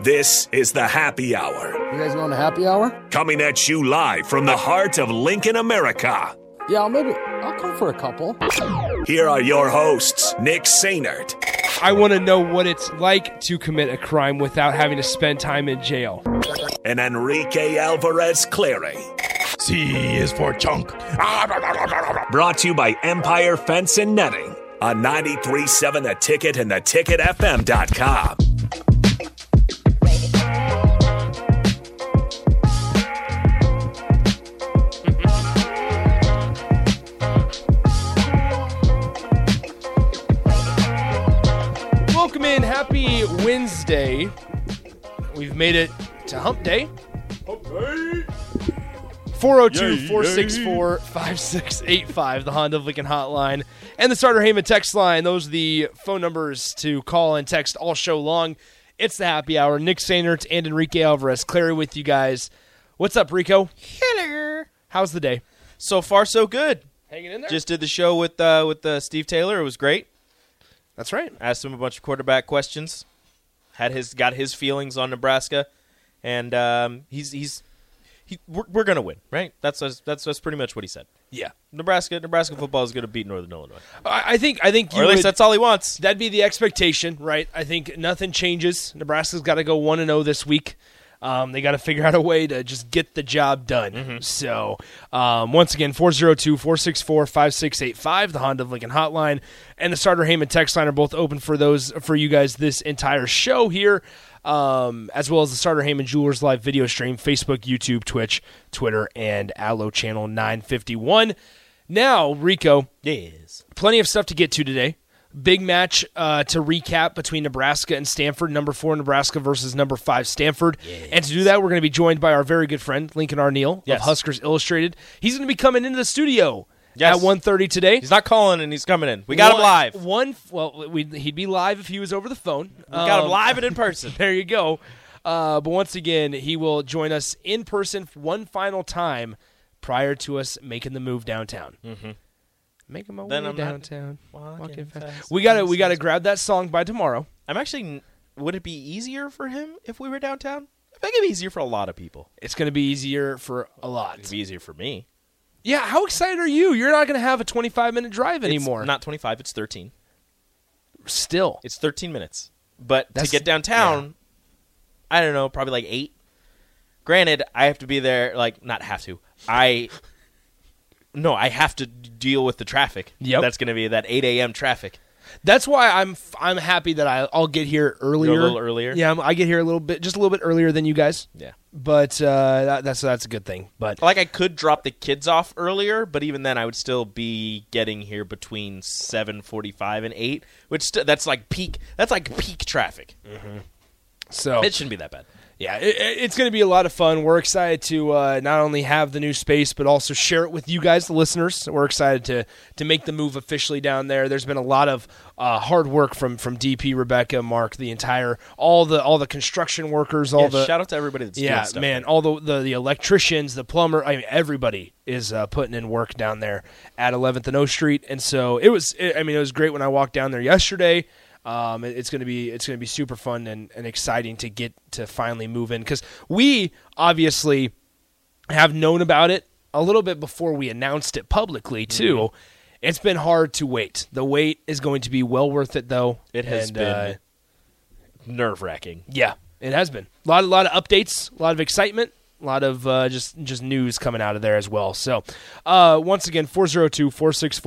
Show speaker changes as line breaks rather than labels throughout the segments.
This is the happy hour,
You guys going to happy hour?
coming at you live from the heart of Lincoln, America.
Yeah, I'll maybe I'll come for a couple.
Here are your hosts, Nick Sainert
I want to know what it's like to commit a crime without having to spend time in jail.
and Enrique Alvarez Clary.
C is for chunk.
Brought to you by Empire Fence and Netting on 937 The Ticket and theticketfm.com.
Welcome in. Happy Wednesday. We've made it to hump day. 402 464 5685, the Honda of Lincoln hotline, and the Starter Heyman text line. Those are the phone numbers to call and text all show long. It's the happy hour. Nick Sainert and Enrique Alvarez. Clary with you guys. What's up, Rico? Hello. How's the day?
So far, so good.
Hanging in there?
Just did the show with uh, with uh, Steve Taylor. It was great.
That's right.
Asked him a bunch of quarterback questions. Had his got his feelings on Nebraska, and um, he's he's he, we're, we're gonna win, right? That's that's that's pretty much what he said.
Yeah.
Nebraska, Nebraska football is gonna beat Northern Illinois,
I, I think I think you
or at least
would-
that's all he wants.
That'd be the expectation, right? I think nothing changes. Nebraska's got to go one and zero this week. Um, they got to figure out a way to just get the job done.
Mm-hmm.
So, um, once again, 402 464 5685, the Honda of Lincoln hotline, and the Starter Heyman text line are both open for those for you guys this entire show here, um, as well as the Starter Heyman Jewelers live video stream, Facebook, YouTube, Twitch, Twitter, and Allo Channel 951. Now, Rico,
Yes.
plenty of stuff to get to today. Big match uh, to recap between Nebraska and Stanford. Number four Nebraska versus number five Stanford. And to do that, we're going to be joined by our very good friend Lincoln Arneal
Yes.
of Huskers Illustrated. He's going to be coming into the studio
Yes.
at 1.30 today.
He's not calling, and he's coming in. We got
One-
him live. We
One, well, we'd, he'd be live if he was over the phone. Um, We
got him live and in person.
there you go. Uh, but once again, he will join us in person for one final time prior to us making the move downtown. Mm-hmm. Making my
Then
way
I'm not
downtown.
walking
Walking fast.
fast,
We gotta we
fast,
gotta
fast.
grab that song by tomorrow.
I'm actually. Would it be easier for him if we were downtown? I think it'd be easier for a lot of people.
It's gonna be easier for a
It'd
lot.
be easier for me
Yeah, how excited are you? You're not gonna have a 25 minute drive
It's
anymore.
not 25. It's 13.
still.
It's 13 minutes. But
That's-
to get downtown, I don't know, probably like 8. Granted, I have to be there like not have to. I No, I have to deal with the traffic.
Yep.
That's going to be that 8 a.m. traffic.
That's why I'm f- I'm happy that I, I'll get here earlier.
little earlier?
Yeah, I'm, I get here a little bit, just a little bit earlier than you guys.
Yeah.
But uh, that, that's that's a good thing. But
Like I could drop the kids off earlier, but even then I would still be getting here between 7:45 and 8, which st- that's like peak that's like peak traffic.
so
It shouldn't be that bad.
Yeah, it, it- it's going to be a lot of fun. We're excited to uh, not only have the new space, but also share it with you guys, the listeners. We're excited to to make the move officially down there. There's been a lot of uh, hard work from from DP, Rebecca, Mark, the entire all the all the construction workers, all
Yeah,
the
shout out to everybody that's
yeah,
doing stuff.
man, all the, the the electricians, the plumber, I mean, everybody is uh, putting in work down there at 11th and O Street, and so it was. It, I mean, it was great when I walked down there yesterday. Um, it- it's gonna be it's gonna be super fun and, and exciting to get to finally move in because we obviously have known about it a little bit before we announced it publicly
Mm-hmm.
too. It's been hard to wait. The wait is going to be well worth it though.
It has
And,
been
uh,
nerve-wracking.
yeah, it has been a lot, a lot of updates, a lot of excitement, a lot of uh, just just news coming out of there as well. So, uh, once again,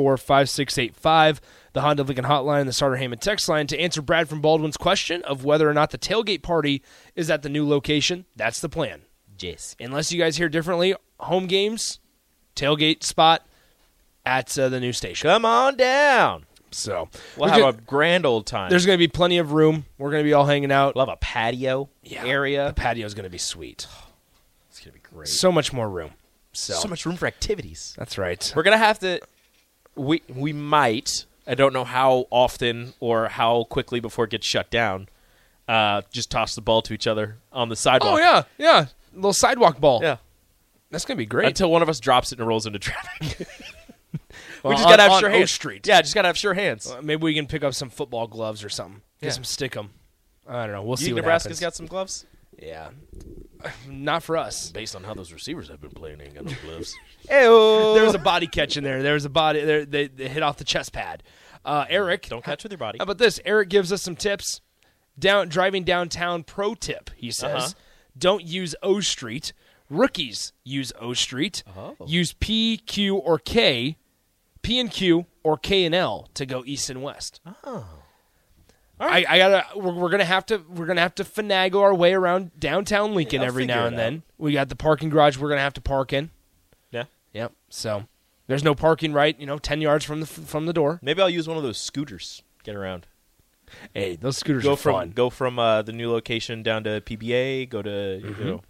402-464-5685, the Honda of Lincoln hotline, the Starter Heyman text line to answer Brad from Baldwin's question of whether or not the tailgate party is at the new location. That's the plan.
Yes.
Unless you guys hear differently, home games, tailgate spot at uh, the new station.
Come on down.
So
We'll
we
have
could-
a grand old time.
there's going to be plenty of room. We're going to be all hanging out.
we'll have a patio
Yeah.
area.
The patio's going to be sweet.
it's gonna be great.
So much more room. So,
so much room for activities.
That's right.
We're gonna have to. We we might. I don't know how often or how quickly before it gets shut down. Uh, just toss the ball to each other on the sidewalk.
Oh yeah, yeah. Little sidewalk ball.
yeah.
That's gonna be great.
Until one of us drops it and rolls into traffic.
Well,
we just gotta
on-
have
on
sure
O
hands.
Street.
Yeah, just gotta have sure hands.
Uh, Maybe we can pick up some football gloves or something. Get
Yeah.
some stick 'em. I don't know. We'll
you
see
think
what happens.
Nebraska's got some gloves?
Yeah. Not for us.
Based on how those receivers have been playing, ain't got no gloves.
There was a body catch in there. There was a body. There, they, they hit off the chest pad. Uh, Eric,
Don't catch with your body.
How about this? Eric gives us some tips. Down driving downtown. Pro tip. He says,
Uh-huh.
don't use O Street. Rookies use O Street.
Oh.
Use P, Q, or K. P and Q or K and L to go east and west. Oh. All right. I, I gotta. We're, we're gonna have to. We're gonna have to finagle our way around downtown Lincoln
I'll
every
figure
now
it
and
out.
then. We got the parking garage. We're gonna have to park in.
Yeah.
Yep. So there's no parking right, you know, ten yards from the from the door.
Maybe I'll use one of those scooters. Get around.
Hey, those scooters
Go
are
from
fun.
go from uh, the new location down to PBA. Go to
Mm-hmm.
you know,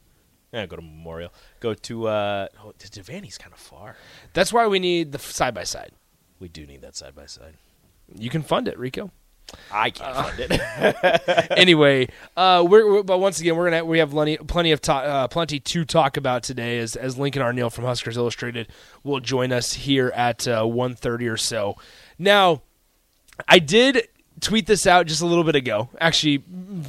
yeah, go to Memorial. Go to uh, oh, to Devaney's kind of far.
That's why we need the side by side.
We do need that side by side.
You can fund it, Rico. Uh,
I can't find it.
anyway, uh, we're, we're- but once again, we're gonna we have plenty, plenty of ta- uh, plenty to talk about today. As as Lincoln Arneal from Huskers Illustrated will join us here at uh, one thirty or so. Now, I did tweet this out just a little bit ago, actually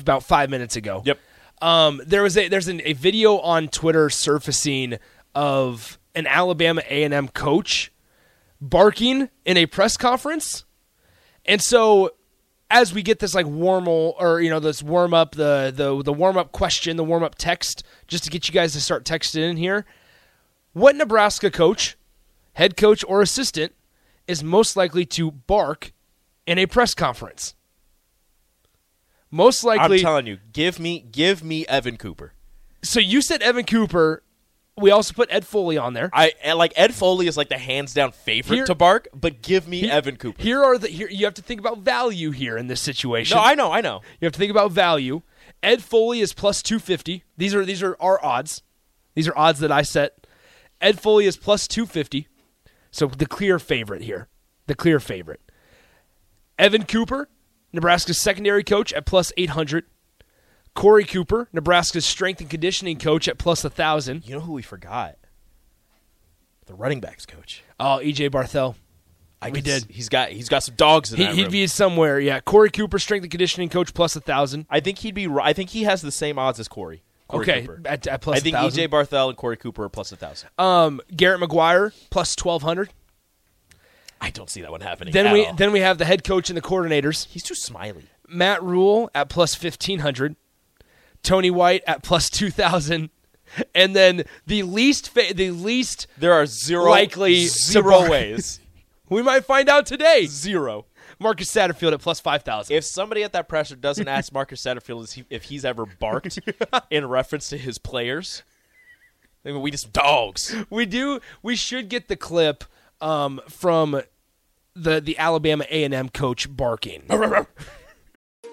about five minutes ago.
Yep.
Um, there was a there's an, a video on Twitter surfacing of an Alabama A and M coach barking in a press conference. And so as we get this like warmal or you know this warm up the the the warm up question, the warm up text just to get you guys to start texting in here, what Nebraska coach, head coach or assistant is most likely to bark in a press conference? Most
I'm
likely
telling you, give me give me Evan Cooper.
So you said Evan Cooper, we also put Ed Foley on there.
I and, like Ed Foley is like the hands down favorite
Here-
to bark, but give me Evan Cooper.
Here are the here you have to think about value here in this situation.
no, I know, I know.
You have to think about value. Ed Foley is plus 250. These are these are our odds. These are odds that I set. Ed Foley is plus 250. So the clear favorite here. The clear favorite. Evan Cooper, Nebraska's secondary coach at plus 800. Corey Cooper, Nebraska's strength and conditioning coach at plus 1000.
You know who we forgot? The running backs coach.
Oh, EJ Barthel.
I
We
could s-
did.
He's got he's got some dogs in
He,
that
he'd
room.
be somewhere, yeah. Corey Cooper, strength and conditioning coach, plus a thousand.
I think he'd be. ri- I think he has the same odds as Corey. Corey
Okay,
Cooper.
at, at
I
plus
think E
1,000.
EJ Barthel and Corey Cooper are plus a thousand.
Um, Garrett McGuire plus twelve hundred.
I don't see that one happening.
Then
at
we
all.
then we have the head coach and the coordinators.
he's too smiley.
Matt Rule at plus fifteen hundred. Tony White at plus two thousand. And then the least fa- the least
There are zero
Likely to
zero
bark.
ways.
we might find out today.
zero.
Marcus Satterfield at plus five thousand.
If somebody at that presser doesn't ask Marcus Satterfield is he, if he's ever barked in reference to his players, then we just dogs.
We do we should get the clip um, from the the Alabama A and M coach barking.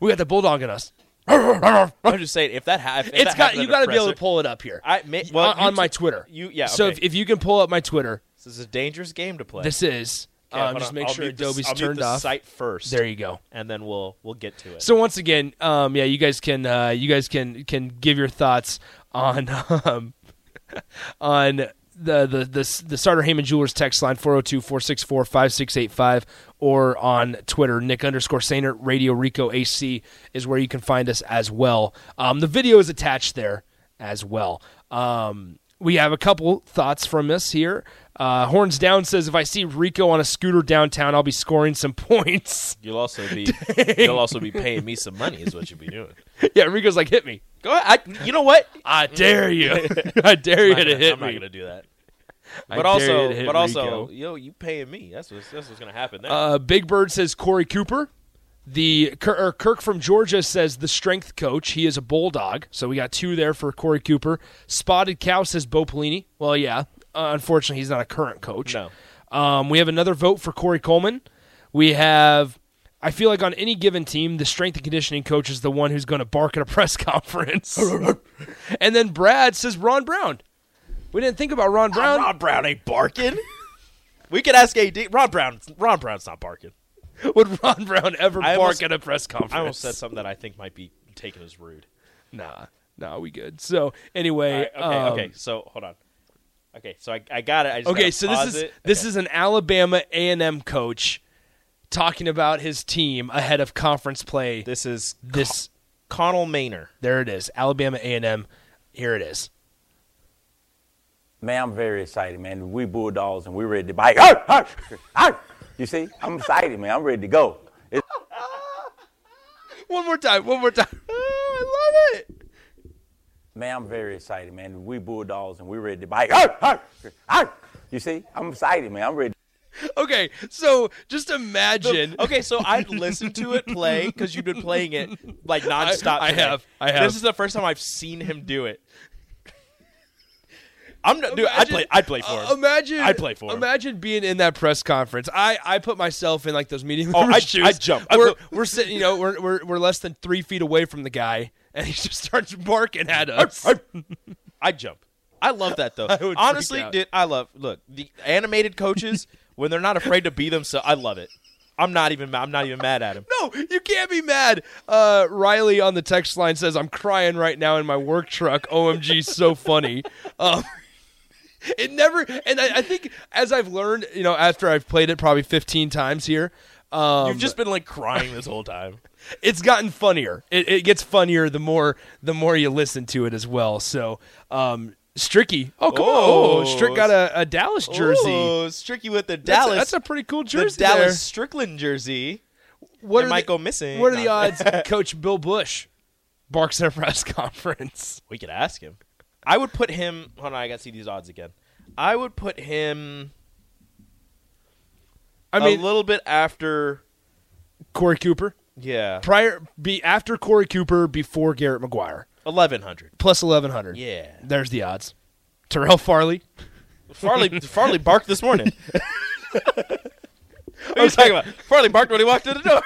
We got the bulldog in us.
I'm just saying if that happens,
it's got you got to be able to pull it up here.
I may, well,
on, on
you
my
t-
Twitter.
you- yeah,
So
okay.
if, if you can pull up my Twitter,
This is a dangerous game to play.
this is
Okay,
um,
hold
just
on.
make
I'll
sure
mute the-
Adobe's
I'll mute
turned
the
off.
Site first.
There you go.
and then we'll we'll get to it.
So once again, um, yeah, you guys can uh, you guys can can give your thoughts on um, on the the the, the starter Heyman Jewelers text line 402-464-5685 or on Twitter Nick underscore Sainer Radio Rico AC is where you can find us as well. Um, the video is attached there as well. Um, we have a couple thoughts from us here. Uh, Horns Down says, if I see Rico on a scooter downtown, I'll be scoring some points.
You'll also be you'll also be paying me some money is what you'll be doing.
yeah, Rico's like, hit me.
Go ahead. I, you know what?
I dare you. I dare you
Mm. I'm
to
not gonna-
hit
I'm
me.
not gonna do that.
I
But
dare you
also,
to hit
but also,
Rico.
yo, you paying me. That's what's that's what's gonna happen. There.
Uh, Big Bird says Corey Cooper. The Kir- or Kirk from Georgia says the strength coach. He is a bulldog, so we got two there for Corey Cooper. Spotted Cow says Bo Pelini. Well, yeah, uh, unfortunately, he's not a current coach.
No.
Um, we have another vote for Corey Coleman. We have. I feel like on any given team, the strength and conditioning coach is the one who's going to bark at a press conference. and then Brad says Ron Brown. We didn't think about Ron Brown.
Ron Brown ain't barking. we could ask AD. Ron Brown. Ron Brown's not barking.
Would Ron Brown ever
I
bark
almost-
at a press conference?
I almost said something that I think might be taken as rude.
Nah, nah, we good. So anyway,
All right, okay,
um,
okay. So hold on. Okay, so I, I got it. I just
okay.
gotta
So this
pause
is
it.
this is an Alabama A and M coach talking about his team ahead of conference play. This,
this is Connell Maynor.
there it is, Alabama A and M. Here it is.
Man, I'm very excited, man. We bulldogs and we ready to bite. Arr, arr, arr. You see, I'm excited, man. I'm ready to go. It's
One more time. One more time. I love it.
man, I'm very excited, man. We bulldogs and we ready to bite. Arr, arr, arr. You see, I'm excited, man. I'm ready.
Okay, so just imagine.
Okay, so I listened to it play because you've been playing it like nonstop.
I
today.
have, I have.
This is the first time I've seen him do it. I'm not, dude. I
Imagine-
play. I play for
uh,
him.
imagine
I'd play for him.
Imagine being in that press conference. I, I put myself in like those meeting.
Oh,
room
I'd-
shoes.
I'd jump. I'd
We're,
go-
we're sitting, you know, we're, we're we're less than three feet away from the guy, and he just starts barking at us.
I jump. I love that though.
would freak
Honestly,
out.
dude, I love. Look, the animated coaches when they're not afraid to be themselves. I love it. I'm not even. I'm not even mad at him.
No, you can't be mad. Uh, Riley on the text line says, "I'm crying right now in my work truck. OMG, so funny." Um, it never, and I, I think as I've learned, you know, after I've played it probably 15 times here, um,
You've just been like crying this whole time.
it's gotten funnier. It, it gets funnier the more the more you listen to it as well. So, um, Stricky, oh come
Oh.
on, oh, Strick got a, a Dallas jersey.
Ooh, Stricky with the
That's a-
Dallas.
that's a pretty cool
the
jersey.
Dallas
there.
Strickland jersey.
What
It
are
might
the,
go missing.
What are the
No.
odds? Coach Bill Bush barks at a press conference.
We could ask him. I would put him. Hold on, I gotta see these odds again. I would put him.
I mean,
a little bit after.
Corey Cooper
Yeah,
prior be after Corey Cooper before Garrett McGuire
eleven hundred.
plus eleven hundred.
Yeah,
there's the odds. Terrell Farley.
Farley Farley barked this morning. what are you talking about? Farley barked when he walked in the door.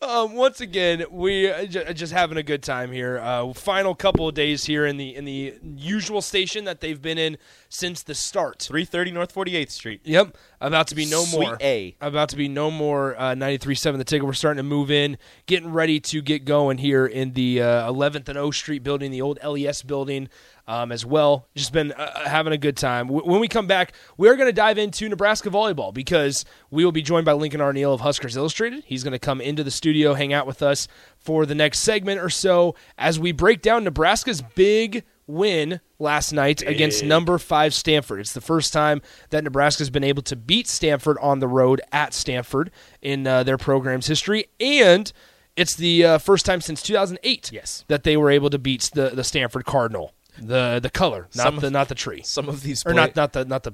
Um, once again, we uh, ju- just having a good time here. Uh, final couple of days here in the in the usual station that they've been in since the start.
Three thirty North Forty Eighth Street.
Yep, about to be no
Sweet
more.
A.
About to be no more. Uh, 93.7 The ticket. We're starting to move in, getting ready to get going here in the uh, 11th and O Street building, the old LES building, um, as well. Just been uh, having a good time. W- when we come back, we're going to dive into Nebraska volleyball because we will be joined by Lincoln Arneal of Huskers Illustrated. He's going to come into the studio, hang out with us for the next segment or so as we break down Nebraska's big win last night against number five Stanford. It's the first time that Nebraska's been able to beat Stanford on the road at Stanford in uh, their program's history, and it's the uh, first time since 2008
Yes.
that they were able to beat the, the Stanford Cardinal, the the color, not
Some
the
of-
not the tree,
Some of these
or not not the not the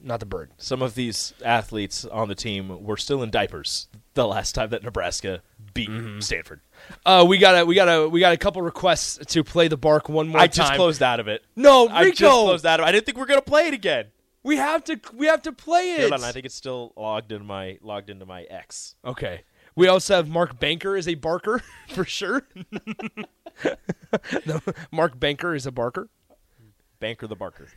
not the bird.
some of these athletes on the team were still in diapers the last time that Nebraska beat Stanford.
Uh, we got a we got a we got a couple requests to play the bark one more
I
time.
just closed out of it.
No,
I just
Rico!
closed out of it. I didn't think we were gonna play it again.
We have to we have to play it.
Hold on, I think it's Oh. still logged in my logged into my X.
Okay. We also have Mark Banker as a barker for sure. No, Mark Banker is a barker.
Banker the Barker.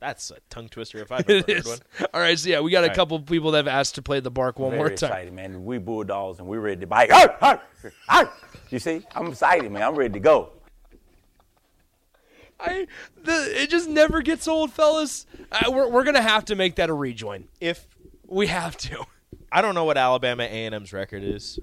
That's a tongue twister if I've
It
ever heard
is.
one.
All right, so yeah, we got a
right.
couple people that have asked to play the bark one
Very
more time.
excited, man. We bulldogs and we ready to bite. Arr, arr, arr. You see, I'm excited, man. I'm ready to go.
I, the, it just never gets old, fellas. Uh, we're we're gonna have to make that a rejoin.
If
We have to.
I don't know what Alabama A and M's record is,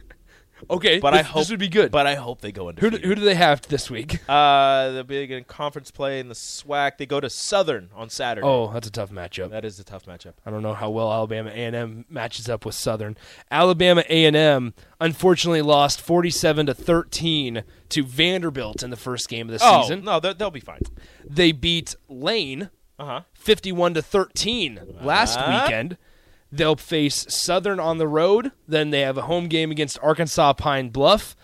Okay,
But
this,
I hope
this would be good.
But I hope they go
who
undefeated.
do, who do they have this week?
Uh, they'll be in conference play in the SWAC. They go to Southern on Saturday.
Oh, that's a tough matchup.
that is a tough matchup.
I don't know how well Alabama A&M matches up with Southern. Alabama A&M unfortunately lost 47 to 13 to Vanderbilt in the first game of the
Oh
season.
no, they'll, they'll be fine.
They beat Lane
Uh huh.
51 to 13 last
Ah.
weekend. They'll face Southern on the road. Then they have a home game against Arkansas Pine Bluff.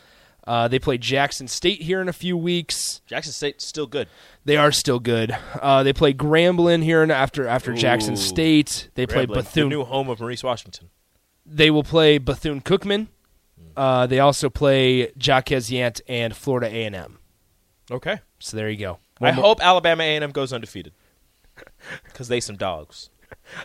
Uh, they play Jackson State here in a few weeks.
Jackson State's still good.
They are still good. Uh, they play Grambling here in after after Jackson State. They play
Grambling,
Bethune.
the new home of Maurice Washington.
they will play Bethune Cookman. Uh, they also play Jacques Yant and Florida A and M.
Okay.
So there you go.
I
One more-
hope Alabama A&M goes undefeated because they some dogs.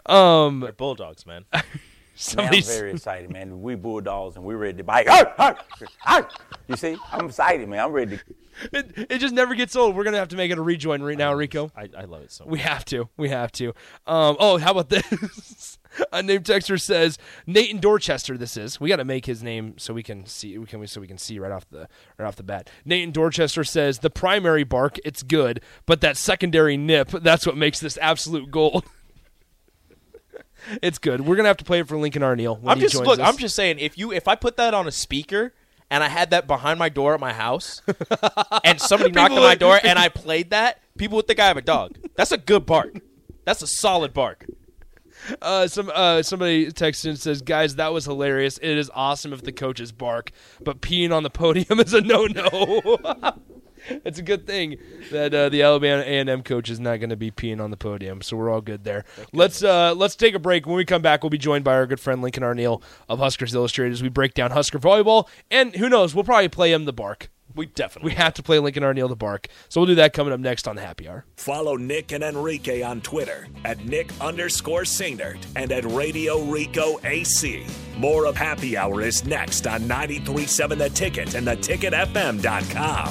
Um, They're bulldogs, man.
Man, I'm
somebody's-
very excited, man. We bulldogs and we ready to bite. Arr, arr, arr. You see, I'm excited, man. I'm ready. To,
it, it just never gets old. We're gonna have to make it a rejoin right now, Rico.
I, I love it so much.
We have to. We have to. Um, oh, how about this? a name texter says Nate in Dorchester. This is. We got to make his name so we can see. We can so we can see right off the right off the bat. Nate in Dorchester says the primary bark it's good, but that secondary nip that's what makes this absolute gold. it's good. We're gonna have to play it for Lincoln Arneal. When
I'm
he
just
joins
look.
us.
I'm just saying if you if I put that on a speaker and I had that behind my door at my house, and somebody knocked on
People
my
would-
door and I played that, people would think I have a dog. That's a good bark. That's a solid bark.
Uh, some uh, somebody texted and says, "Guys, that was hilarious. It is awesome if the coaches bark, but peeing on the podium is a no-no." it's a good thing that uh, the Alabama A&M coach is not going to be peeing on the podium, so we're all good there. Let's uh, let's take a break. When we come back, we'll be joined by our good friend Lincoln Arneal of Huskers Illustrated as we break down Husker volleyball, and who knows, we'll probably play him the bark.
We
We
definitely.
have to play Lincoln Arneal the bark, so we'll do that coming up next on the Happy Hour.
Follow Nick and Enrique on Twitter at Nick underscore Sainert and at Radio Rico AC. More of Happy Hour is next on 937 The Ticket and theticketfm.com.